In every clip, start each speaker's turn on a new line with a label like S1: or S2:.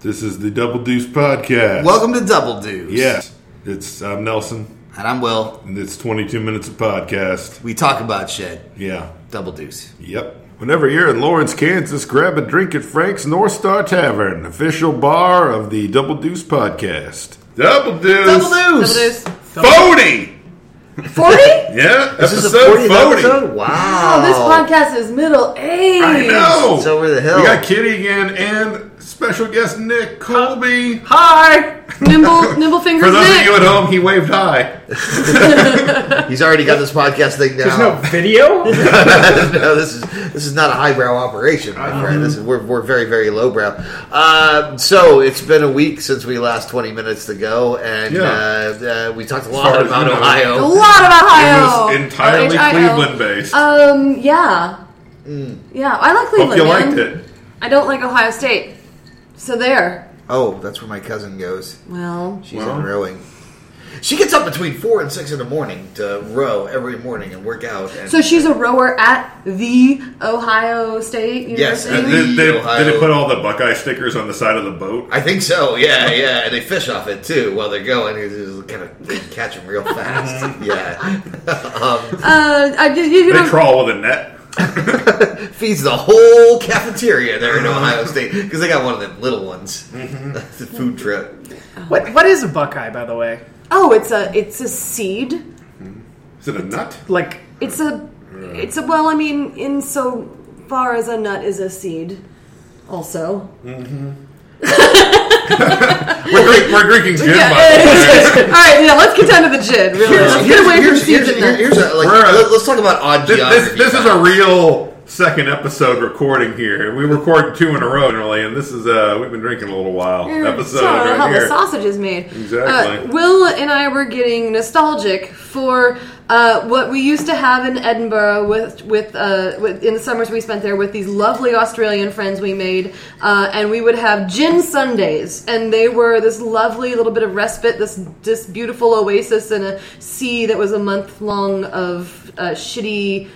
S1: This is the Double Deuce Podcast.
S2: Welcome to Double Deuce.
S1: Yes, it's I'm Nelson,
S2: And I'm Will.
S1: and it's 22 minutes of podcast.
S2: We talk about shit.
S1: Yeah,
S2: Double Deuce.
S1: yep. Whenever you're in Lawrence, Kansas, grab a drink at Frank's North Star Tavern, official bar of the Double Deuce Podcast. Double Deuce.
S2: Double Deuce!
S1: Forty.
S3: 40?
S1: Yeah,
S2: This is the
S1: episode
S2: 40th
S1: forty.
S2: episode? Wow.
S3: Oh, this podcast is middle aged.
S1: I know.
S2: It's over the hill.
S1: We got Kitty again and special guest Nick Colby.
S3: Hi, nimble, nimble fingers.
S1: For those of
S3: Nick.
S1: you at home, he waved hi.
S2: He's already got this podcast thing
S4: There's no
S2: down.
S4: video?
S2: no, this is this is not a highbrow operation,
S1: Uh-huh.
S2: my friend. This is we're, we're very very lowbrow. Uh, so it's been a week since we last twenty minutes to go, and
S1: Yeah.
S2: uh, uh, we talked a
S1: far
S2: lot
S1: as
S2: about
S1: you know.
S2: Ohio.
S3: a lot of Ohio.
S1: It was entirely
S3: Or HIO.
S1: Cleveland based.
S3: Um, yeah, yeah. I
S1: Hope
S3: like Cleveland.
S1: you
S3: man.
S1: liked it.
S3: I don't like Ohio State. So there.
S2: Oh, that's where my cousin goes.
S3: Well,
S2: She's
S1: Well.
S2: in rowing. She gets up between four and six in the morning to row every morning and work out. And
S3: so she's a rower at the Ohio State
S2: Yes,
S3: University.
S1: Did,
S2: and
S1: did- did
S2: Ohio.
S1: it put all the Buckeye stickers on the side of the boat?
S2: I think so. Yeah, yeah. And they fish off it too while they're going. It's just kind of they catch them real fast.
S1: Mm-hmm.
S2: yeah,
S3: uh, I just you
S1: They
S3: know.
S1: trawl with a net.
S2: feeds the whole cafeteria there in
S1: Mm-hmm.
S2: Ohio State because they got one of them little ones. the food truck.
S4: What what is a buckeye, by the way?
S3: Oh, it's a it's a seed.
S1: Is it a nut?
S4: Like
S3: It's a it's a well. I mean, in so far as a nut is a seed, also.
S1: We're, drink, we're drinking gin.
S3: Yeah.
S1: by the way.
S3: All right, yeah, let's get down to the gin. Really, let's get away from
S2: here's,
S3: seeds
S2: here's,
S3: and nuts.
S2: here's, here's a, like,
S1: We're a-
S2: let, us talk about odd
S1: This,
S2: geography.
S1: this- this is a real second episode recording here. We record two in a row generally, and this is uh we've been drinking a little while
S3: Yeah,
S1: episode
S3: so I don't know how
S1: right
S3: the
S1: here.
S3: sausage is made.
S1: Exactly.
S3: Uh, Will and I were getting nostalgic for uh, what we used to have in Edinburgh with with, uh, with in the summers we spent there with these lovely Australian friends we made, uh, and we would have gin Sundays, and they were this lovely little bit of respite, this this beautiful oasis in a sea that was a month long of uh, shitty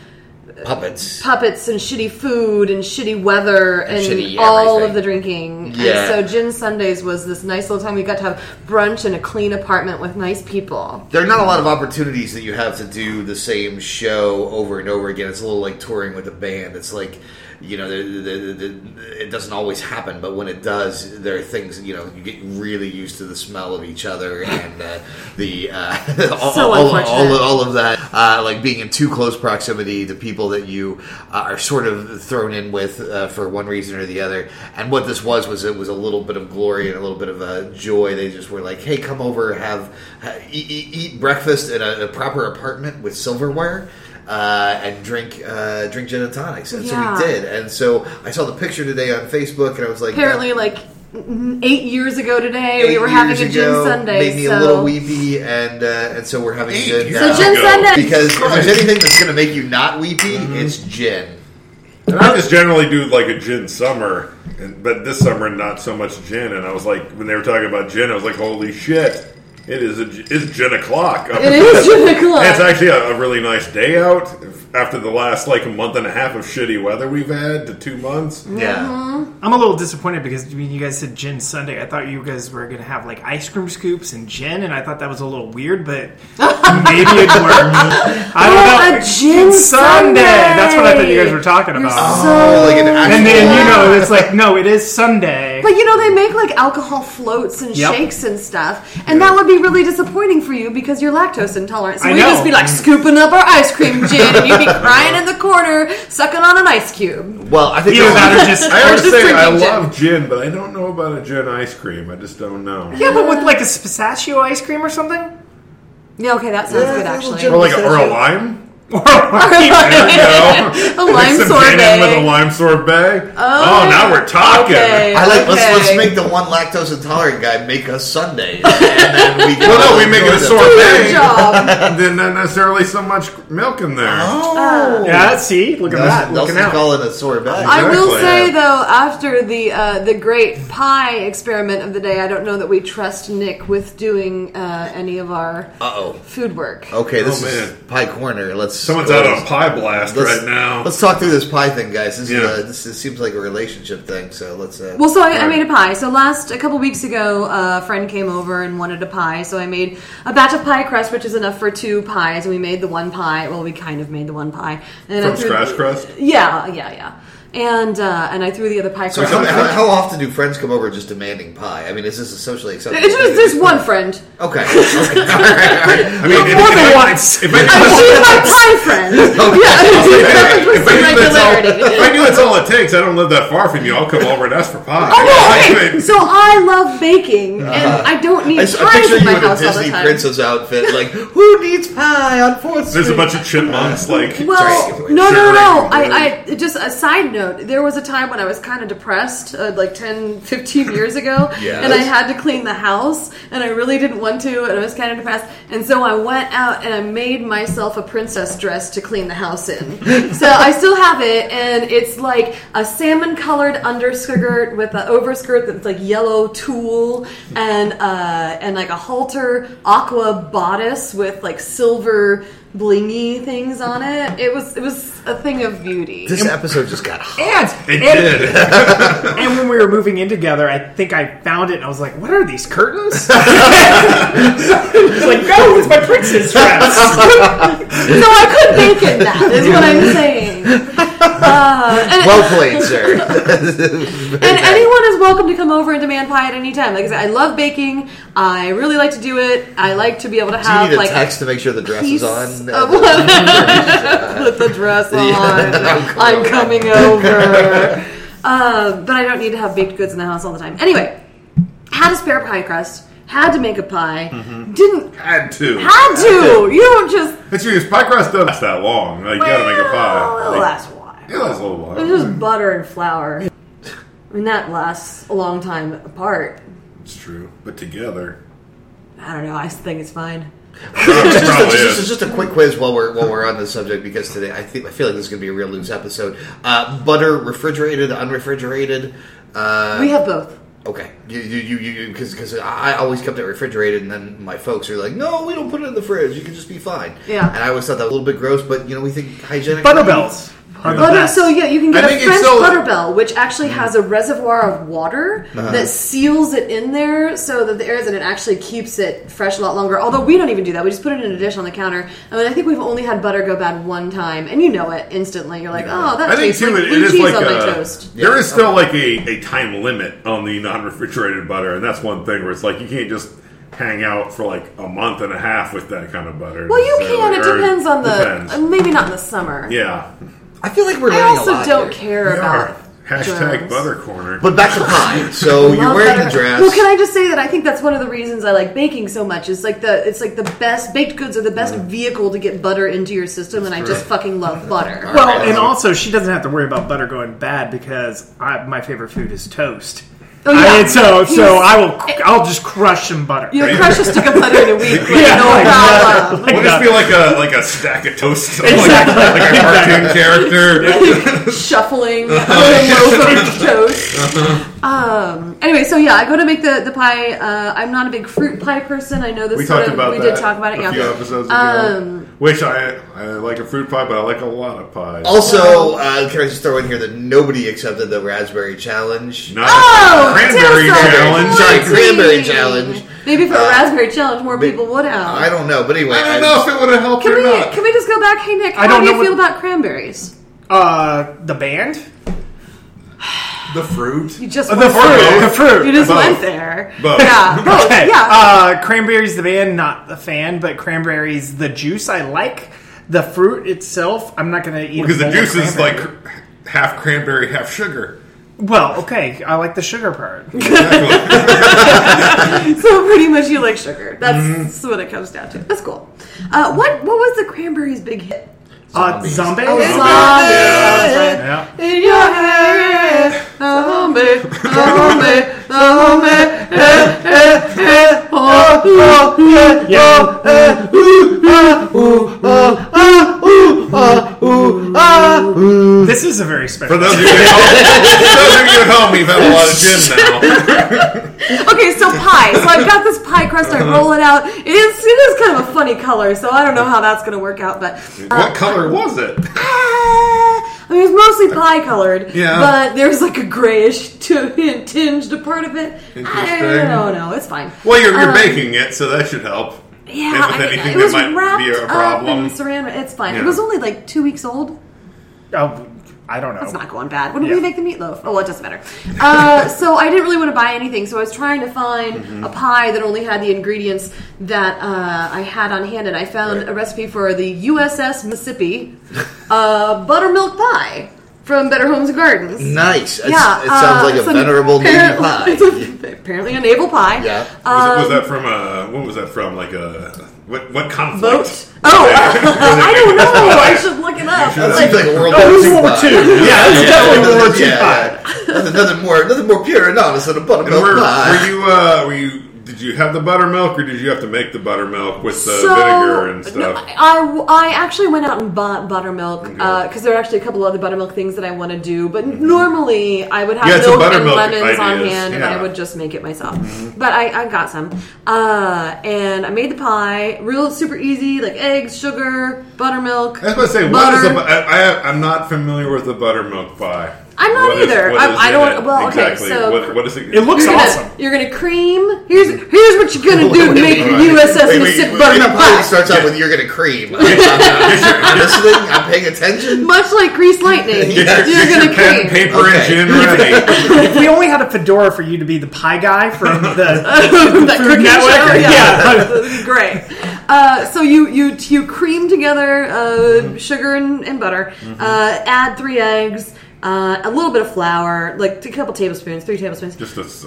S2: puppets.
S3: puppets and shitty food and shitty weather and,
S2: shitty
S3: all
S2: everything.
S3: of the drinking.
S2: Yeah.
S3: And so Gin Sundays was this nice little time we got to have brunch in a clean apartment with nice people.
S2: There are not a lot of opportunities that you have to do the same show over and over again. It's a little like touring with a band. It's like, you know, the, the, the, the, it doesn't always happen, but when it does, there are things, you know, you get really used to the smell of each other and uh, the uh, all,
S3: So
S2: all, all,
S3: unfortunate.
S2: all of that, uh, like being in too close proximity to people that you uh, are sort of thrown in with uh, for one reason or the other. And what this was was it was a little bit of glory and a little bit of uh, joy. They just were like, "Hey, come over, have ha- eat, eat, eat breakfast in a, a proper apartment with silverware." Uh, and drink uh, drink gin and tonics, and
S3: Yeah.
S2: so we did. And so I saw the picture today on Facebook, and I was like,
S3: Apparently, like n- eight years ago today, we were having a
S2: years
S3: Gin
S2: ago,
S3: Sunday.
S2: Made me
S3: so.
S2: a little weepy, and uh, and so we're having
S1: Eight
S2: gin.
S1: years
S2: now.
S3: so Gin
S1: Go.
S3: Sunday.
S2: Because if there's anything that's going to make you not weepy,
S3: Mm-hmm.
S2: it's gin.
S1: And I just generally do like a gin summer, and, but this summer not so much gin. And I was like, when they were talking about gin, I was like, holy shit, it is a, it's gin o'clock.
S3: it is gin o'clock.
S1: It's actually a, a really nice day out after the last like a month and a half of shitty weather we've had to two months.
S3: Mm-hmm.
S2: Yeah.
S4: I'm a little disappointed because I mean, you guys said gin Sunday. I thought you guys were gonna have like ice cream scoops and gin, and I thought that was a little weird, but maybe it'd work. I
S3: Oh,
S4: don't know.
S3: a gin Sunday.
S4: That's what I thought you guys were talking
S3: You're
S4: about.
S3: so-
S2: Oh, like an actual-
S4: and then you
S3: Yeah.
S4: know it's like no, it is Sunday.
S3: But you know they make like alcohol floats and
S4: Yep.
S3: shakes and stuff, and that would be really disappointing for you because you're lactose intolerant. So
S4: I
S3: we
S4: know.
S3: just be like scooping up our ice cream gin, and you'd be crying in the corner, sucking on an ice cube.
S2: Well, I think
S4: Either that or just
S1: I always
S3: Just
S1: say I
S3: drinking gin.
S1: love gin, but I don't know about a gin ice cream. I just don't know.
S4: yeah, but with like a pistachio ice cream or something.
S3: Yeah, okay, that sounds
S2: Yeah,
S3: good
S2: a little
S3: actually.
S2: gin-
S1: Or like a, or a lime.
S3: a
S1: No.
S3: lime
S1: Some gin in with a
S3: sorbet.
S1: lime sorbet. Oh, now we're talking.
S3: Okay.
S2: I like
S3: Okay.
S2: let's let's make the one lactose intolerant guy make us Sunday, and then we can
S1: Well,
S2: all
S1: no, we make it
S2: enjoy
S1: a
S2: them.
S1: sorbet.
S3: Good job.
S1: then not necessarily so much milk in there.
S2: Oh,
S4: Yeah, see, look at that,
S2: Nelson,
S4: looking
S2: Nelson
S4: out.
S2: call it a sorbet.
S3: I will
S1: Exactly.
S3: say though, after the uh, the great pie experiment of the day, I don't know that we trust Nick with doing uh, any of our
S2: Uh oh.
S3: food work.
S2: Okay, this
S1: Oh,
S2: is
S1: man.
S2: pie corner. Let's
S1: Someone's out on pie blast
S2: let's-
S1: right now.
S2: Let's talk through this pie thing, guys. This
S1: Yeah.
S2: is a, this, is- seems like a relationship thing. So let's. Uh,
S3: Well, so I, I
S2: start.
S3: made a pie. So last a couple weeks ago, uh, a friend came over and wanted a pie. So I made a batch of pie crust, which is enough for two pies. And we made the one pie. Well, we kind of made the one pie. And I
S1: From
S3: threw-
S1: scratch crust?
S3: Yeah, yeah, yeah. And uh, and I threw the other pie
S2: So
S3: crust.
S2: how, how, how often do friends come over just demanding pie? I mean, is this a socially acceptable?
S3: it's
S2: thing?
S3: just this one friend.
S2: Okay. okay. All right. All right.
S1: I mean, if,
S4: More
S1: if
S4: than
S1: I-
S4: once.
S1: if I-
S3: I she's my pie friend. Yeah,
S1: if I knew that's all- if
S3: regularity.
S1: I knew that's all it takes, I don't live that far from you. I'll come over and ask for pie. I
S3: Oh no! Okay,
S1: mean,
S3: so I love baking, and I don't need
S2: Uh-huh. I, s- I
S3: pies
S2: picture
S3: in
S2: you
S3: my
S2: in a
S3: house all the
S2: Disney
S3: time.
S2: princess outfit, like who needs pie on Fourth Street?
S1: there's a bunch of chipmunks like
S3: Well,
S2: Sorry.
S3: no, no, no.
S2: Sorry.
S3: I, I just a side note. There was a time when I was kind of depressed, uh, like 10, 15 years ago,
S2: Yes.
S3: and I had to clean the house, and I really didn't want to, and I was kind of depressed, and so I went out and I made myself a princess dress to clean the house in. so I still have it, and it's like a salmon-colored underskirt with an overskirt that's like yellow tulle, and uh, and like a halter aqua bodice with like silver blingy things on it. It was it was a thing of beauty.
S2: This episode just got hot.
S4: And,
S1: it
S4: and,
S1: did.
S4: and when we were moving in together, I think I found it and I was like, what are these curtains? it's like, no, it's my princess dress.
S3: no, I could make it that. Is what I'm saying. Uh, and,
S2: Well played, sir.
S3: and anyone is welcome to come over and demand pie at any time. Like I said, I love baking. I really like to do it. I like to be able to
S2: Do you
S3: have
S2: need a
S3: like uh,
S2: text to make sure the dress
S3: piece
S2: is
S3: of
S2: on?
S3: with the dress on.
S2: Oh,
S3: I'm coming over. Uh, but I don't need to have baked goods in the house all the time. Anyway, had a spare pie crust. Had to make a pie. Didn't
S1: Had to.
S3: had to. You don't just
S1: It's because pie crust doesn't last that long. Like, you gotta make a pie.
S3: Well,
S1: Like,
S3: that's why.
S1: it lasts a little
S3: It's
S1: while.
S3: just butter and flour. I mean, that lasts a long time apart.
S1: It's true, but together.
S3: I don't know. I think it's fine.
S1: It
S2: just,
S1: probably
S2: just, just-
S1: is.
S2: just a quick quiz while we're while we're on the subject because today I think I feel like this is going to be a real loose episode. Uh, butter, refrigerated, unrefrigerated. Uh,
S3: We have both.
S2: okay, you you you because because I always kept it refrigerated, and then my folks were like, "No, we don't put it in the fridge. You can just be fine."
S3: Yeah. uh,
S2: and I always thought that a little bit gross, but you know we think hygienic.
S4: Butterbells. Are the
S3: Butter,
S4: best.
S3: Oh, so yeah, you can get
S1: I
S3: a
S1: think it's
S3: French
S1: so- Mm.
S3: butterbell, which actually has a reservoir of water
S1: Uh-huh.
S3: that seals it in there, so that the air is in it actually keeps it fresh a lot longer. Although we don't even do that; we just put it in a dish on the counter. I mean, I think we've only had butter go bad one time, and you know it instantly. You're like, oh, that
S1: I think
S3: tastes
S1: too,
S3: like
S1: it, it
S3: blue
S1: is
S3: cheese
S1: like
S3: on
S1: a,
S3: my toast.
S1: there is still like a, a time limit on the non-refrigerated butter, and that's one thing where it's like you can't just hang out for like a month and a half with that kind of butter.
S3: Well, you can.
S1: necessarily,
S3: It
S1: or
S3: depends on the.
S1: depends.
S3: uh, Maybe not in the summer.
S1: yeah,
S2: I feel like we're
S3: I
S2: learning a
S3: also
S2: lot
S3: don't
S2: here.
S3: care
S1: we
S3: about.
S1: are. Hashtag
S3: germs.
S1: butter corner.
S2: But back to pie. So you're
S3: Love
S2: wearing a
S3: butter.
S2: dress.
S3: Well, can I just say that I think that's one of the reasons I like baking so much. Is like the it's like the best baked goods are the best
S2: Mm.
S3: vehicle to get butter into your system, and I just fucking love butter.
S4: Well, and also she doesn't have to worry about butter going bad because I, my favorite food is toast.
S3: Oh, yeah.
S4: I mean, so so
S3: He's-
S4: I will I'll just crush some butter.
S3: you crush a stick of butter in a week, like
S4: Yeah,
S3: no
S4: like
S3: problem.
S4: Like
S1: We'll just
S4: that.
S1: be like a like a stack of toast, like,
S4: Exactly.
S1: like a cartoon character.
S3: shuffling a loaf of toast.
S2: Uh-huh.
S3: Um, anyway, so yeah, I go to make the, the pie. Uh, I'm not a big fruit pie person. I know this
S1: We
S3: sort
S1: talked
S3: of,
S1: about
S3: we
S1: that.
S3: did talk about it.
S1: a
S3: yeah, Um,
S1: few episodes ago. Which I I like a fruit pie, but I like a lot of pies.
S2: Also, uh, can I just throw in here that nobody accepted the raspberry challenge?
S1: Not
S3: Oh,
S1: cranberry
S3: Tim Sutton,
S1: challenge.
S2: Sorry,
S3: pointy.
S2: cranberry challenge.
S3: Maybe for a
S2: Uh,
S3: raspberry challenge, more people would have.
S2: I don't know, but anyway,
S1: I don't know if it would have helped
S3: Can
S1: or
S3: we,
S1: not.
S3: can we just go back? Hey Nick, how
S4: I don't
S3: do you
S4: know what-
S3: feel about cranberries?
S4: Uh, the band,
S1: the fruit.
S3: You just
S4: Uh, the
S3: went
S4: fruit,
S3: there.
S4: the fruit.
S3: You just
S1: Both.
S3: went there.
S1: Both.
S3: Yeah, both.
S4: Okay.
S3: Yeah.
S4: Uh, cranberries the band, not the fan, but cranberries the juice. I like the fruit itself. I'm not gonna eat a
S1: Because the
S4: bowl of
S1: juice is
S4: cranberry.
S1: like cr- half cranberry, half sugar.
S4: Well, okay, I like the sugar part.
S3: so pretty much you like sugar. That's
S4: Mm-hmm.
S3: what it comes down to. That's cool. Uh, what What was the cranberries' big hit?
S4: Uh, zombie.
S3: Zombie.
S4: Yeah.
S3: In your hair, zombie, zombie, zombie, eh, eh, eh, oh, oh, eh,
S4: Yeah. This is a very
S1: For
S4: special.
S1: those of you at home, for those of you at home, we've had a lot of gin now.
S3: Okay, so pie. pie. So I've got this pie crust. I roll it out. It is it is kind of a funny color, so I don't know how that's going to work out. But uh,
S1: what color was it?
S3: ah, I mean, it's mostly pie colored.
S1: Yeah.
S3: But there's like a grayish t- tinged part of it. I
S1: Interesting.
S3: don't know. It's fine.
S1: Well, you're, you're
S3: Um,
S1: baking it, so that should help.
S3: Yeah,
S1: And with
S3: I mean,
S1: anything
S3: it
S1: that
S3: was
S1: might be
S3: wrapped
S1: a
S3: Up
S1: problem.
S3: in saran, it's fine.
S1: Yeah.
S3: It was only like two weeks old.
S4: Oh, I don't know.
S3: It's not going bad. When did we
S4: Yeah.
S3: make the meatloaf? Oh, well, it doesn't matter. Uh, so I didn't really want to buy anything. So I was trying to find
S1: Mm-hmm.
S3: a pie that only had the ingredients that uh, I had on hand, and I found
S1: Right.
S3: a recipe for the USS Mississippi uh, buttermilk pie from Better Homes and Gardens.
S2: Nice. It's,
S3: Yeah,
S2: it sounds
S3: uh,
S2: like a
S3: so
S2: venerable Navy
S3: apparently- It's
S2: pie.
S3: a, apparently a naval pie. Uh,
S2: Yeah.
S1: Was, it, was
S3: um,
S1: that from a? What was that from? Like a what? What conflict?
S3: Boat. Oh, I don't know. I should look it up.
S1: should.
S2: That
S3: Like,
S2: seems like a World
S4: Oh,
S2: War
S4: this
S2: II
S4: is World War
S2: pie.
S4: II. Yeah, this is definitely World War II pie.
S2: yeah, yeah. Nothing, nothing more, nothing more pure and honest than a
S1: And
S2: buttermilk
S1: were,
S2: pie.
S1: were you? Uh, were you? Did you have the buttermilk, or did you have to make the buttermilk with the
S3: So-
S1: vinegar and
S3: no,
S1: stuff?
S3: I, I actually went out and bought buttermilk because there are actually a couple other buttermilk things that I want to do. But normally I would have
S1: Mm-hmm. Yeah, it's a
S3: milk and
S1: buttermilk
S3: lemons on
S1: ideas,
S3: hand, and
S1: yeah. Mm-hmm.
S3: I would just make it myself. But I, I got some, uh, and I made the pie real super easy, like eggs, sugar, buttermilk.
S1: I was about to say, what
S3: butter.
S1: is a bu- I, I, I'm not familiar with the buttermilk pie.
S3: I'm not
S1: What is-
S3: either.
S1: what
S3: I-
S1: is
S3: I
S1: in
S3: don't-
S1: it
S3: well, okay,
S1: exactly.
S3: so-
S1: what, what is it?
S4: It looks
S3: You're gonna,
S4: awesome.
S3: you're gonna cream. Here's here's what you're gonna do
S2: Wait,
S3: to make
S2: wait,
S3: your
S1: wait.
S3: USS
S2: Wait, wait,
S3: Mississippi
S2: wait,
S3: buttermilk
S2: wait,
S3: pie.
S2: It starts out with "You're gonna cream." I'm, I'm, I'm listening. I'm paying attention.
S3: Much like grease
S1: Get
S3: lightning,
S1: your,
S3: you're
S1: get
S3: gonna
S1: your pen,
S3: cream.
S1: paper,
S2: Okay.
S1: and gin ready.
S4: if we only had a fedora for you to be the pie guy from the
S3: that
S4: Food
S3: cooking show,
S4: Network? Yeah.
S3: yeah. great. Uh, so you you you cream together uh, sugar and, and butter. Uh, add three eggs, uh, a little bit of flour, like a couple tablespoons, three tablespoons.
S1: Just uh, a s-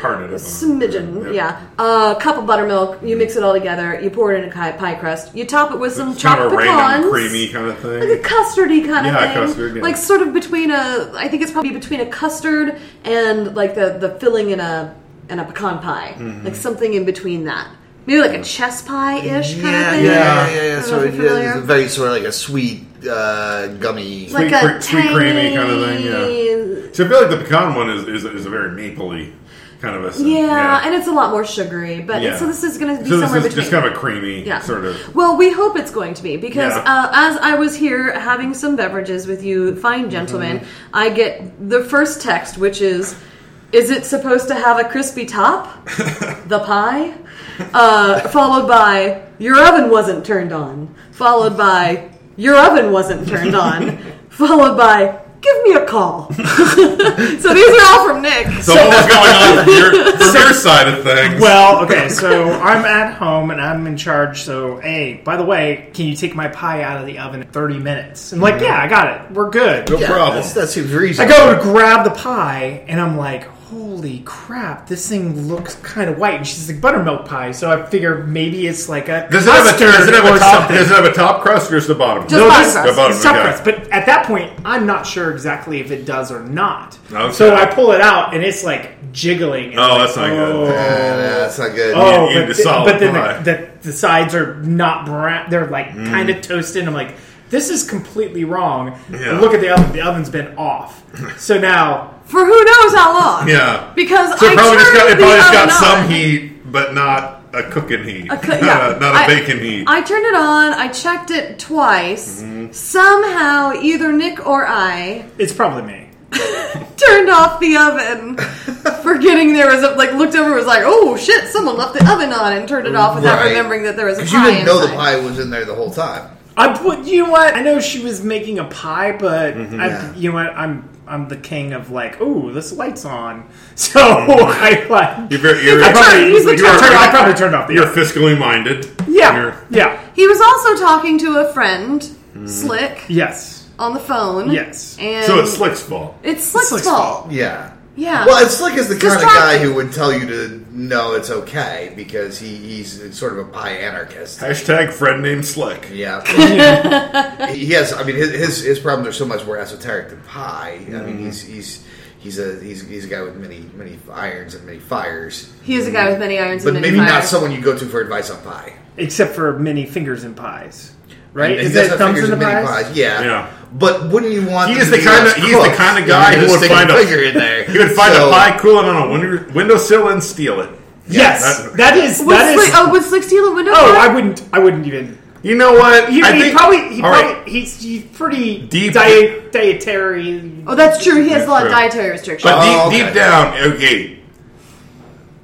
S1: part of it.
S3: Smidgen, yeah. Uh, A cup of buttermilk. You mix it all together. You pour it in a pie, pie crust. You top it with some
S1: It's kind
S3: chopped
S1: of a
S3: pecans,
S1: random creamy kind of thing.
S3: like a custardy kind
S1: Yeah,
S3: of thing,
S1: custard, yeah.
S3: like sort of between a. I think it's probably between a custard and like the the filling in a in a pecan pie,
S1: Mm-hmm.
S3: like something in between that. Maybe like a chess pie ish kind of
S2: Yeah, yeah,
S3: thing.
S2: yeah, yeah.
S3: I
S2: yeah.
S3: don't
S2: So
S3: know
S2: it,
S3: if
S2: yeah,
S3: you're familiar.
S2: it's a very sort of like a sweet, uh, gummy.
S3: like
S1: Sweet
S3: a
S1: cre- sweet creamy kind of thing, yeah.
S3: tiny-
S1: So I feel like the pecan one is is, is a very mapley kind of a scent.
S3: Yeah, and it's a lot more sugary, but
S1: Yeah.
S3: so this is going to be
S1: so this
S3: somewhere
S1: is
S3: between.
S1: just kind of a creamy
S3: Yeah.
S1: sort of.
S3: Well, we hope it's going to be because
S1: Yeah.
S3: uh, as I was here having some beverages with you, fine gentlemen,
S1: Mm-hmm.
S3: I get the first text, which is, "Is it supposed to have a crispy top? the pie?" Uh, followed by, "Your oven wasn't turned on." Followed by, "Your oven wasn't turned on." followed by. Give me a call. so these are all from Nick.
S1: So, what was going on from your, from your side of things?
S4: well. Okay, so I'm at home and I'm in charge. So hey, by the way, can you take my pie out of the oven in 30 minutes? And like, yeah, I got it. We're good.
S1: no
S2: yeah,
S1: problem.
S2: that's- That seems
S4: I
S2: reasonable.
S4: go to grab the pie and I'm like, holy crap, this thing looks kind of white. And she's like, buttermilk pie. So I figure maybe it's like a
S1: does it have a,
S4: custard
S1: does it have
S4: or
S1: a top?
S4: something.
S1: Does it have a top crust or just the bottom?
S3: Just No, bottom
S4: this-
S3: crust.
S1: The bottom,
S4: It's top
S1: okay.
S4: crust, but at that point, I'm not sure exactly if it does or not.
S1: Okay.
S4: So I pull it out, and it's like jiggling. And
S1: Oh,
S4: I'm
S1: that's
S4: like,
S1: not good.
S4: oh.
S2: Yeah, yeah, that's not good.
S1: you
S4: Oh,
S1: need
S4: but,
S1: to
S4: the-
S1: solve
S4: but then
S1: why.
S4: the, the, the sides are not brown; they're like kind of toasted. I'm like, this is completely wrong.
S1: Yeah.
S4: And look at the oven; the oven's been off. So now,
S3: For who knows how long.
S1: Yeah.
S3: Because
S1: So
S3: I
S1: it probably just got it
S3: turned
S1: probably
S3: the
S1: just got
S3: oven
S1: some
S3: on.
S1: heat, but not a cooking heat,
S3: A coo-
S1: not,
S3: yeah.
S1: a, not a
S3: I-
S1: bacon heat.
S3: I turned it on. I checked it twice. Somehow, either Nick or I
S4: it's probably me.
S3: turned off the oven, forgetting there was a like looked over was like, oh shit, someone left the oven on and turned it off without
S2: Right.
S3: remembering that there was a pie.
S2: Because you didn't know the
S3: inside.
S2: pie was in there the whole time.
S4: I put. You know what? I know she was making a pie, but I, you know what? I'm I'm the king of like, ooh, this light's on. So I like.
S1: you're very, you're,
S4: I probably,
S3: He's the
S4: you are-
S3: turn-
S4: I probably turned off the
S1: you're fiscally minded.
S4: Yeah.
S1: You're-
S4: yeah.
S3: He was also talking to a friend, Slick,
S4: Yes.
S3: on the phone.
S4: Yes.
S3: And
S1: so it's Slick's fault.
S3: It's Slick's,
S4: Slick's
S3: fault.
S2: Yeah.
S3: Yeah.
S2: Well, it's like is the kind
S3: Just
S2: of
S3: try-
S2: guy who would tell you to no, it's okay because he, he's sort of a pie anarchist.
S1: Hashtag friend named Slick.
S2: Yeah. he has. I mean, his, his his problems are so much more esoteric than pie. I
S1: Mm-hmm.
S2: mean, he's he's he's a he's, he's a guy with many many irons and many fires,
S3: He is a guy with many irons
S2: but
S3: and many
S2: maybe not
S3: fires.
S2: someone you go to for advice on pie.
S4: Except for many fingers and pies. Right?
S2: And
S4: Is
S2: he does
S4: that
S2: have
S4: thumbs
S2: fingers
S4: in the
S2: many
S4: pies?
S2: Yeah.
S1: Yeah.
S2: But wouldn't you want?
S1: He
S2: them
S1: is
S2: to
S1: the
S2: be
S1: kinda-
S2: less
S1: he is the
S2: cooked
S1: kinda
S2: if
S1: guy
S2: you're
S1: who
S2: just
S1: would
S2: sticking
S1: find a-
S2: finger in there?
S1: He would find
S2: So-
S1: a pie cooling on a window, windowsill and steal it.
S4: yes,
S1: that-
S4: that is
S3: Would,
S4: that is.
S3: Slick, oh, would Slick steal a window?
S4: oh,
S3: crack?
S4: I wouldn't. I wouldn't even.
S2: You know what?
S4: He,
S2: I
S4: he
S2: think-
S4: probably. He
S1: all
S4: probably.
S1: right.
S4: He's, he's pretty
S1: Deep-
S4: diet, dietary.
S3: oh, that's true. He has a lot of
S1: True.
S3: dietary restrictions.
S1: But
S2: Oh,
S1: deep,
S2: okay.
S1: deep down, okay.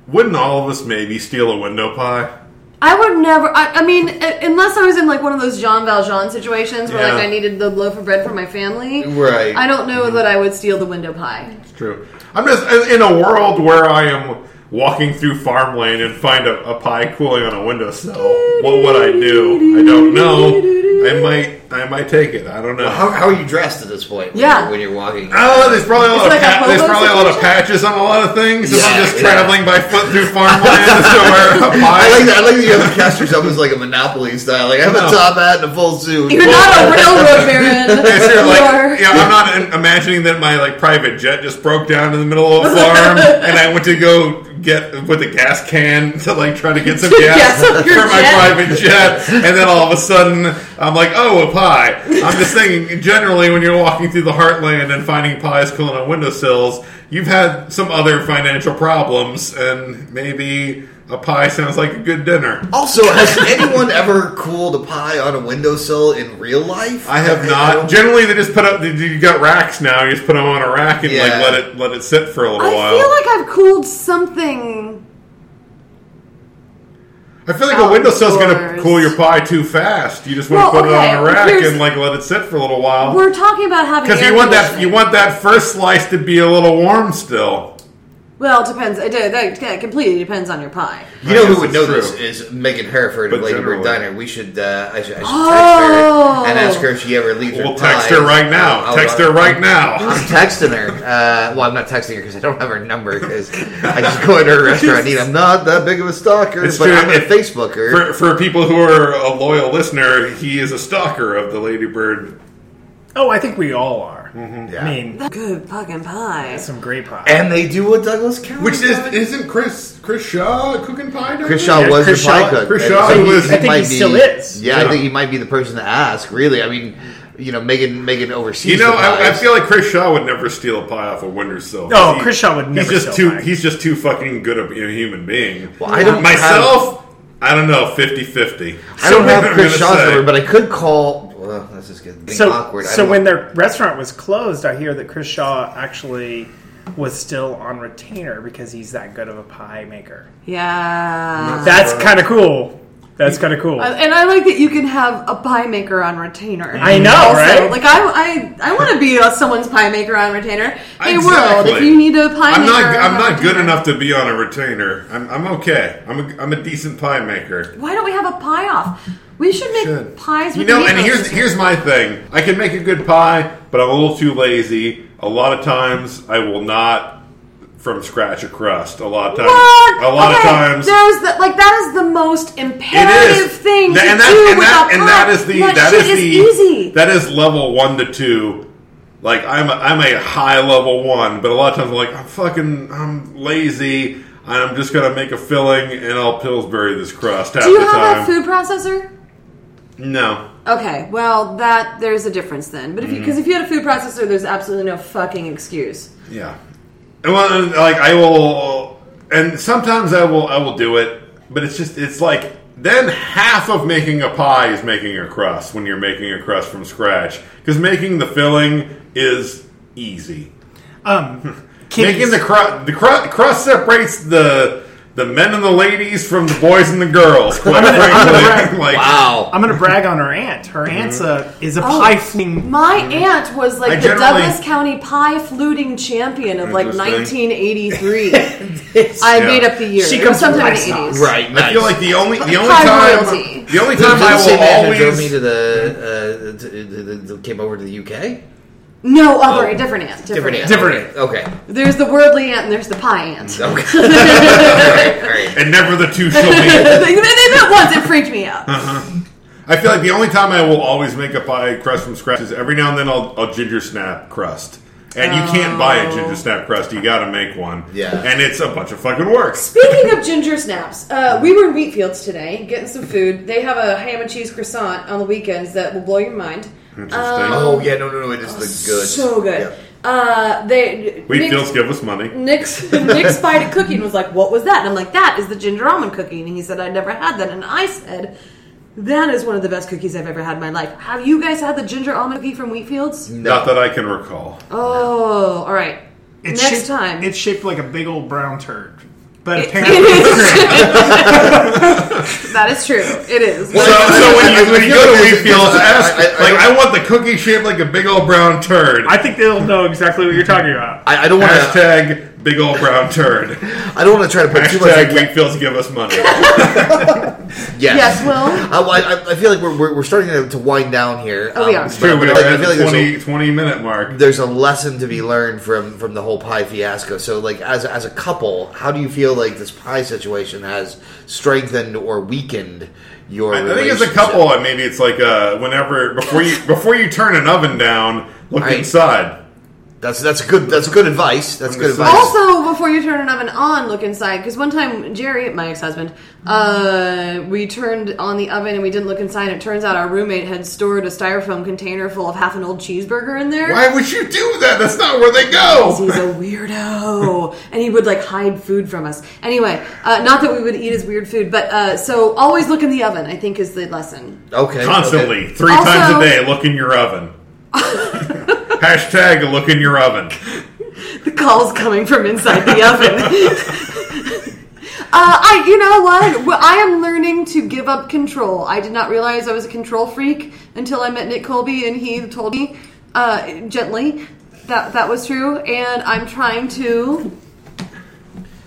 S1: Wouldn't all of us maybe steal a window pie?
S3: I would never. I, I mean, u- unless I was in like one of those Jean Valjean situations where
S1: Yeah. Mm-hmm.
S3: like I needed the loaf of bread for my family.
S2: Right.
S3: I don't know that I would steal the window pie.
S1: It's true. I'm just in- in a world where I am walking through farm lane and find a, a pie cooling on a windowsill. What would I do? I don't know. I might, I might take it. I don't know.
S2: How, how are you dressed at this point? when
S3: Yeah.
S2: you're- When you're walking.
S1: Oh, there's probably a lot,
S3: It's
S1: of,
S3: like a
S1: pa-
S3: hobo
S1: there's probably a lot of
S3: situation?
S1: patches on a lot of things. and
S2: Yeah,
S1: I'm just
S2: yeah.
S1: traveling by foot through farmland to where a
S2: I
S1: pie.
S2: like that. I like that you have the casters almost like a Monopoly style. Like I have a
S1: No.
S2: top hat and a full suit.
S3: You're not a railroad
S1: Yes,
S3: baron.
S1: you're
S3: You are-
S1: like, yeah, I'm not im- imagining that my like private jet just broke down in the middle of a farm, and I went to go get with a gas can to like try to get some gas
S3: gas up
S1: for
S3: your
S1: my
S3: jet.
S1: private jet, and then all of a sudden I'm like, oh, a pie. I'm just thinking generally when you're walking through the heartland and finding pies cooling on windowsills, you've had some other financial problems, and maybe a pie sounds like a good dinner.
S2: Also, has anyone ever cooled a pie on a windowsill in real life?
S1: I have
S2: don't-
S1: not. Generally, they just put up. You got racks now. You just put them on a rack and like
S2: Yeah.
S1: let it let it sit for a little
S3: I
S1: while.
S3: feel like I've cooled something.
S1: I feel like
S3: out
S1: a windowsill's going to
S3: doors.
S1: cool your pie too fast. You just want
S3: Well,
S1: to put
S3: okay,
S1: it on a rack
S3: here's-
S1: and like let it sit for a little while
S3: We're talking about having
S1: because
S3: air
S1: you want that
S3: conditioning.
S1: you want that first slice to be a little warm still.
S3: Well, it depends. It, it, it, completely depends on your pie.
S2: You
S1: I
S2: know
S1: guess
S2: who would
S1: it's
S2: know
S1: true.
S2: this is Megan Hereford of
S1: But
S2: Ladybird
S1: generally-
S2: Diner. We should. Uh, I should, I should
S3: Oh.
S2: text her and ask her if she ever leaves
S1: We'll
S2: her
S1: text
S2: pie.
S1: her right now.
S2: I'll-
S1: text
S2: I'll-
S1: her right now.
S2: I'm texting her. Uh, well, I'm not texting her because I don't have her number. Because I just go into her restaurant. and eat. I'm not that big of a stalker,
S1: It's
S2: but
S1: true.
S2: I'm gonna
S1: It-
S2: Facebook
S1: For,
S2: her.
S1: for people who are a loyal listener, he is a stalker of the Ladybird.
S4: Oh, I think we all are.
S2: Mm-hmm. Yeah.
S4: I mean,
S3: Good fucking pie.
S4: some great pie.
S2: and they do what Douglas County
S1: Which is
S2: does.
S1: isn't Chris Chris Shaw cooking pie? down
S2: Chris
S1: there?
S2: Shaw
S4: Yeah,
S2: was
S4: Chris
S2: the pie
S4: Shaw-
S2: cook.
S1: Chris
S2: and
S1: Shaw
S2: so
S1: was- I
S4: think he still is.
S2: Yeah, I
S1: Yeah.
S2: think he might be the person to ask. Really, I mean, you know, Megan Megan oversees.
S1: You know,
S2: the
S1: I, I
S2: pies.
S1: feel like Chris Shaw would never steal a pie off a windowsill.
S4: No, Chris Shaw would
S1: He's
S4: never
S1: just
S4: steal a
S1: too.
S4: pie.
S1: He's just too fucking good of a human being.
S2: Well, I don't
S1: myself. I don't know. 50-50.
S2: I don't have Chris
S1: Shaw.
S2: Shaw's number, but I could call. Well, this is good. Being
S4: so,
S2: awkward. I
S4: so
S2: don't-
S4: when their restaurant was closed, I hear that Chris Shaw actually was still on retainer because he's that good of a pie maker.
S2: Uh-huh.
S3: Yeah.
S4: That's kind of cool. That's kind of cool.
S3: Uh, and I like that you can have a pie maker on retainer.
S4: I know,
S3: Also,
S4: right?
S3: Like I, I, I want to be uh, someone's pie maker on retainer. Hey, world,
S1: Exactly.
S3: if you need a pie
S1: I'm
S3: maker,
S1: not. I'm
S3: on
S1: not good
S3: retainer.
S1: enough to be on a retainer. I'm. I'm okay. I'm. A, I'm a decent pie maker.
S3: Why don't we have a pie off? We should make
S1: Should.
S3: pies.
S1: You
S3: With
S1: know, and
S3: meatloaf.
S1: here's here's my thing. I can make a good pie, but I'm a little too lazy. A lot of times, I will not from scratch a crust. A lot of times.
S3: What?
S1: A lot
S3: Okay,
S1: of times.
S3: there's the, like that is the most imperative thing
S1: Th-
S3: to
S1: and
S3: do
S1: that- and
S3: with
S1: that-
S3: a
S1: and
S3: pie.
S1: that is the
S3: that,
S1: that
S3: shit
S1: is the
S3: easy.
S1: that is level one to two. Like I'm a, I'm a high level one, but a lot of times I'm like I'm fucking I'm lazy. I'm just gonna make a filling and I'll Pillsbury this crust half
S3: do you
S1: the
S3: have
S1: time.
S3: a food processor?
S1: No,
S3: Okay, well that there's a difference then. But if
S1: Mm-hmm.
S3: because if you had a food processor, there's absolutely no fucking excuse.
S1: yeah. And well, and, like I will, and sometimes I will I will do it, but it's just it's like then half of making a pie is making a crust when you're making a crust from scratch because making the filling is easy.
S4: um,
S1: Making
S4: kids,
S1: the crust, the crust, crust separates the the men and the ladies from the boys and the girls. Quite
S4: gonna- I'm gonna brag.
S1: frankly, like
S2: wow,
S4: I'm going to brag on her aunt. Her aunt's a,
S2: Mm-hmm.
S4: is a
S3: Oh.
S4: pie fling.
S3: My aunt was like
S1: I
S3: the
S1: generally-
S3: Douglas County pie fluting champion of like
S1: Interesting.
S3: 1983. I
S1: Yeah.
S3: made up the year.
S4: She
S3: It
S4: comes
S3: was
S4: from
S3: sometime in the
S4: Rice Knob.
S3: 80s.
S2: right? Nice.
S1: I feel like the only the only
S3: High
S1: time
S3: royalty.
S1: the only
S2: Who-
S1: time
S2: who's
S1: I
S2: the same
S1: will
S2: man who drove me
S1: always
S2: to the, uh, to, to, to, to- came over to the UK.
S3: No other,
S2: Oh.
S3: a different aunt.
S2: Different
S3: Different, aunt.
S2: aunt.
S4: Different
S2: Okay.
S3: There's the worldly aunt and there's the pie aunt.
S2: Okay. all right. All right.
S1: and never the two shall meet.
S3: they, they met once. It freaked me out.
S1: I feel like the only time I will always make a pie crust from scratch is every now and then I'll, I'll ginger snap crust. And you can't buy a ginger snap crust; you got to make one.
S2: Yeah.
S1: and it's a bunch of fucking works.
S3: Speaking of ginger snaps, uh, we were in Wheatfields today getting some food. They have a ham and cheese croissant on the weekends that will blow your mind.
S1: Interesting.
S2: Oh yeah, no, no, no. It is the good.
S3: So good.
S2: Yeah.
S3: Uh, they
S1: Wheat
S3: Nick-
S1: Fields, give us money.
S3: Nick's, Nick spied a cookie and was like, "What was that?" And I'm like, "That is the ginger almond cookie." And he said, "I never had that." And I said, "That is one of the best cookies I've ever had in my life." Have you guys had the ginger almond cookie from Wheatfields?
S4: Mm.
S1: Not that I can recall.
S3: Oh, all right.
S4: It's
S3: Next
S4: shaped,
S3: time.
S4: It's shaped like a big old brown turd. But
S3: It-
S4: apparently
S3: it
S4: it's
S3: is.
S4: great.
S3: that is true. It is.
S1: So, so when you, when you go to
S2: I feel
S1: Wheatfields,
S2: like
S1: ask
S2: I- I- I
S1: like I
S2: don't-
S1: want the cookie shaped like a big old brown turd.
S4: I think they'll know exactly what you're talking about.
S2: I, I don't want to.
S1: Hashtag big old brown turd.
S2: I don't want to try to put too much.
S1: Hashtag Wheatfields, give us money.
S3: yes, well,
S2: Uh, I, I, I feel like we're, we're, we're starting to, to wind down here. um,
S3: Oh, we are.
S1: It's true.
S2: but,
S1: We're
S2: but like, I
S1: at
S2: feel
S1: the
S2: like there's
S1: 20,
S2: a-
S1: 20 minute mark.
S2: there's a lesson to be learned from from the whole pie fiasco. So, like as as a couple, how do you feel like this pie situation has strengthened or weakened your?
S1: I think as a
S2: relationship?
S1: couple, and maybe it's like uh, whenever before you before you turn an oven down, look
S2: Right.
S1: inside.
S2: That's that's good. That's good advice. That's good
S1: the
S2: advice.
S3: also before you turn an oven on, look inside. Because one time, Jerry, my ex-husband, uh, we turned on the oven and we didn't look inside. It turns out our roommate had stored a styrofoam container full of half an old cheeseburger in there.
S1: Why would you do that? That's not where they
S3: Because
S1: go.
S3: he's a weirdo, and he would like hide food from us. Anyway, uh, not that we would eat his weird food, but uh, so always look in the oven. I think is the lesson.
S2: okay,
S1: Constantly,
S2: okay.
S1: three
S3: Also-
S1: times a day, look in your oven. Hashtag look in your oven.
S3: The calls coming from inside the oven. Uh, I, you know what? Well, I am learning to give up control. I did not realize I was a control freak until I met Nick Colby, and he told me uh, gently that that was true. And I'm trying to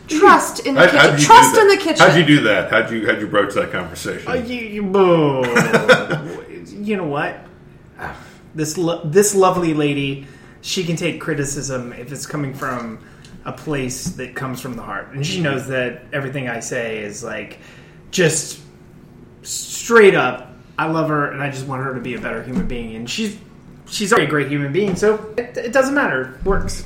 S3: trust in the
S1: How'd- how'd
S3: kitchen.
S1: you do
S3: Trust
S1: that?
S3: in the kitchen.
S1: How'd you do that? How'd you how'd you broach that conversation?
S2: Oh,
S4: Uh, you, you, boo. you know what? Ah. This lo- this lovely lady, she can take criticism if it's coming from a place that comes from the heart, and she knows that everything I say is like just straight up. I love her, and I just want her to be a better human being, and she's she's already a great human being, so it, it doesn't matter. It works.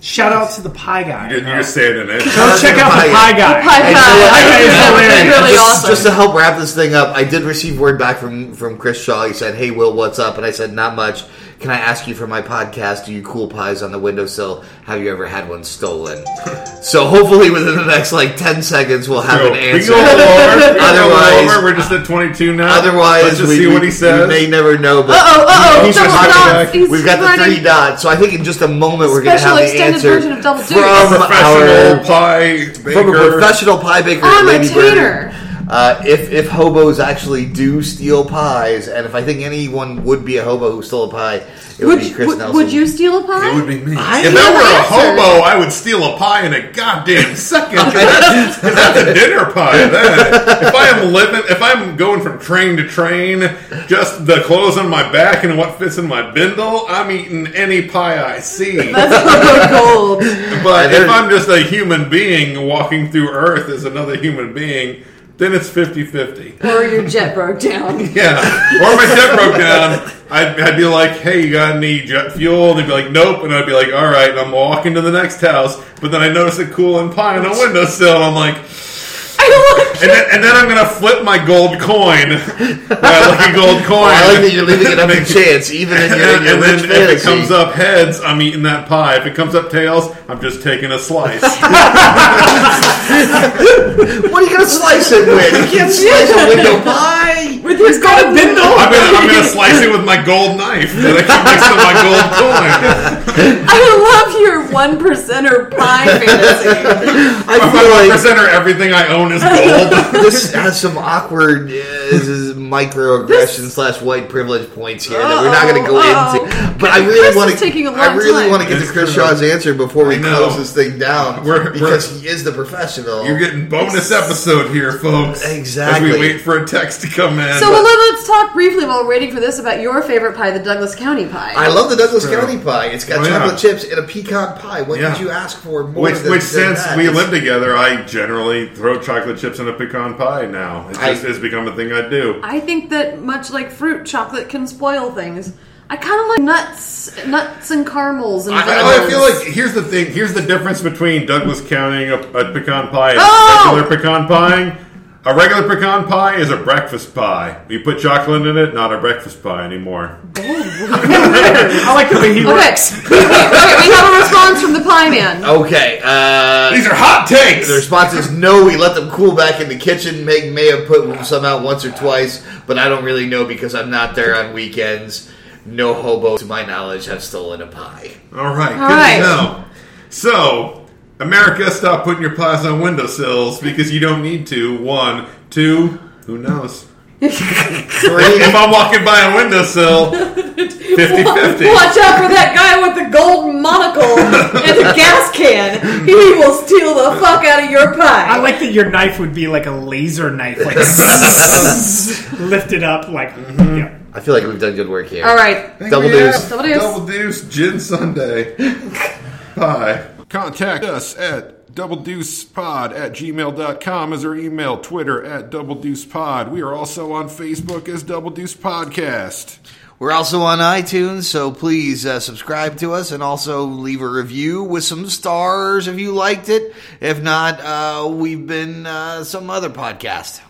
S4: Shout out to the pie guy.
S1: You're,
S4: Uh,
S1: you're standing in.
S4: Go check out the pie guy.
S3: Pie
S2: Hey,
S3: guy.
S2: so what-
S3: I think
S4: Hey,
S3: that
S4: so
S3: would be
S4: wait,
S3: really
S2: just,
S3: awesome.
S2: just to help wrap this thing up, I did receive word back from from Chris Shaw. He said, "Hey Will, what's up?" And I said, "Not much. Can I ask you for my podcast? Do you cool pies on the windowsill? Have you ever had one stolen?" so hopefully within the next like ten seconds, we'll have an
S1: we
S2: answer.
S1: go over.
S2: Otherwise-
S1: Otherwise, over. we're just at 22 now.
S2: Otherwise,
S1: let's just
S2: we,
S1: see
S2: we-
S1: what he says.
S2: we may never know. But
S3: Uh-oh, uh-oh,
S1: He's
S3: double
S1: just
S3: dots.
S1: back.
S3: oh He's
S2: We've got the
S3: running.
S2: three dots, so I think in just a moment we're going to
S3: Special
S2: have the
S3: extended
S2: answer
S3: version of Double Duty.
S2: from
S1: professional
S2: our
S1: pie
S2: from a
S1: baker.
S2: professional pie baker,
S3: I'm a
S2: Lady
S3: tater.
S2: Bird. Uh, if if hobos actually do steal pies, and if I think anyone would be a hobo who stole a pie, it would,
S3: Would,
S2: be Chris
S3: would,
S2: Nelson.
S3: would you steal a pie?
S1: It would be me.
S2: I
S1: if
S2: know
S1: I
S3: the
S1: were a
S3: answer.
S1: hobo, I would steal a pie in a goddamn second. That's, that's a dinner pie. Then, if I am living, if I'm going from train to train, just the clothes on my back and what fits in my bindle, I'm eating any pie I see.
S3: Gold.
S1: But
S2: There-
S1: if I'm just a human being walking through Earth as another human being, then it's 50 50.
S3: Or your jet broke down.
S1: Yeah. Or if my jet broke down, I'd, I'd be like, hey, you got any jet fuel? And they'd be like, nope. And I'd be like, all right. And I'm walking to the next house. But then I notice a cooling pie on a windowsill. And I'm like,
S3: I don't like
S1: and then, and then I'm going to flip my gold coin. my lucky gold coin.
S2: I like that you're leaving it up to
S1: Make-
S2: chance, even in
S1: and,
S2: your, in your
S1: and
S2: rich
S1: then if it
S2: fantasy.
S1: comes up heads, I'm eating that pie. If it comes up tails, I'm just taking a slice.
S2: What are you going to slice it with? You can't slice a window pie.
S3: With his got a bindle.
S1: I'm gonna, I'm gonna slice it with my gold knife that I keep next to my gold coin.
S3: I love your one percenter pie fantasy.
S1: My
S2: I feel like
S1: presenter, everything I own is gold.
S2: this has some awkward uh, this is microaggression slash white privilege points here that we're not going to go
S3: Uh-oh,
S2: into. But I
S3: Chris
S2: really want
S3: is taking a
S2: to.
S3: long
S2: I really
S3: time.
S2: want to get to
S1: It's
S2: Chris
S1: true.
S2: Shaw's answer before we
S1: I know.
S2: close this thing down
S1: We're- we're-
S2: because he is the professional.
S1: You're getting bonus episode here, folks.
S2: Exactly.
S1: As we wait for a text to come in.
S3: so well, let- let's talk briefly while we're waiting for this about your favorite pie, the Douglas County pie.
S2: I love the Douglas County pie. It's got
S1: Oh, yeah.
S2: chocolate chips and a pecan pie. What
S1: Yeah.
S2: could you ask for more?
S1: which,
S2: than,
S1: which
S2: than
S1: since
S2: that?
S1: we
S2: It's-
S1: live together, I generally throw chocolate chips in a pecan pie now. It's,
S2: I-
S1: just, it's become a thing I do.
S3: I think that much like fruit, chocolate can spoil things. I kind of like nuts, nuts and caramels and.
S1: I, I- I
S3: vanillas.
S1: feel like here's the thing. Here's the difference between Douglas counting a, a pecan pie and
S3: Oh!
S1: regular pecan pie. A regular pecan pie is a breakfast pie. You put chocolate in it, not a breakfast pie anymore.
S4: I like the way he
S3: Okay.
S4: works.
S3: okay, we have a response from the Pie Man.
S2: Okay. Uh,
S1: These are hot takes.
S2: the response is no. We let them cool back in the kitchen. Meg may have put some out once or twice, but I don't really know because I'm not there on weekends. No hobo, to my knowledge, have stolen a pie.
S1: All right,
S3: All
S1: good
S3: right.
S1: to know. So, America, stop putting your pies on windowsills because you don't need to. One, two, who knows?
S2: Three.
S1: if I'm walking by a windowsill, 50-50.
S5: Watch out for that guy with the gold monocle and the gas can. He will steal the fuck out of your
S4: I
S5: pie.
S4: like that your knife would be like a laser knife, like zzzz, lifted up, like yeah.
S2: I feel like we've done good work here.
S3: All right.
S2: Double deuce.
S3: Double deuce.
S1: Double deuce. Gin Sunday. Pie. Contact us at doubledeucepod at gmail.com is our email. Twitter at doubledeucepod. We are also on Facebook as Double Deuce Podcast.
S2: We're also on iTunes, so please uh, subscribe to us and also leave a review with some stars if you liked it. If not, uh, we've been uh, some other podcast.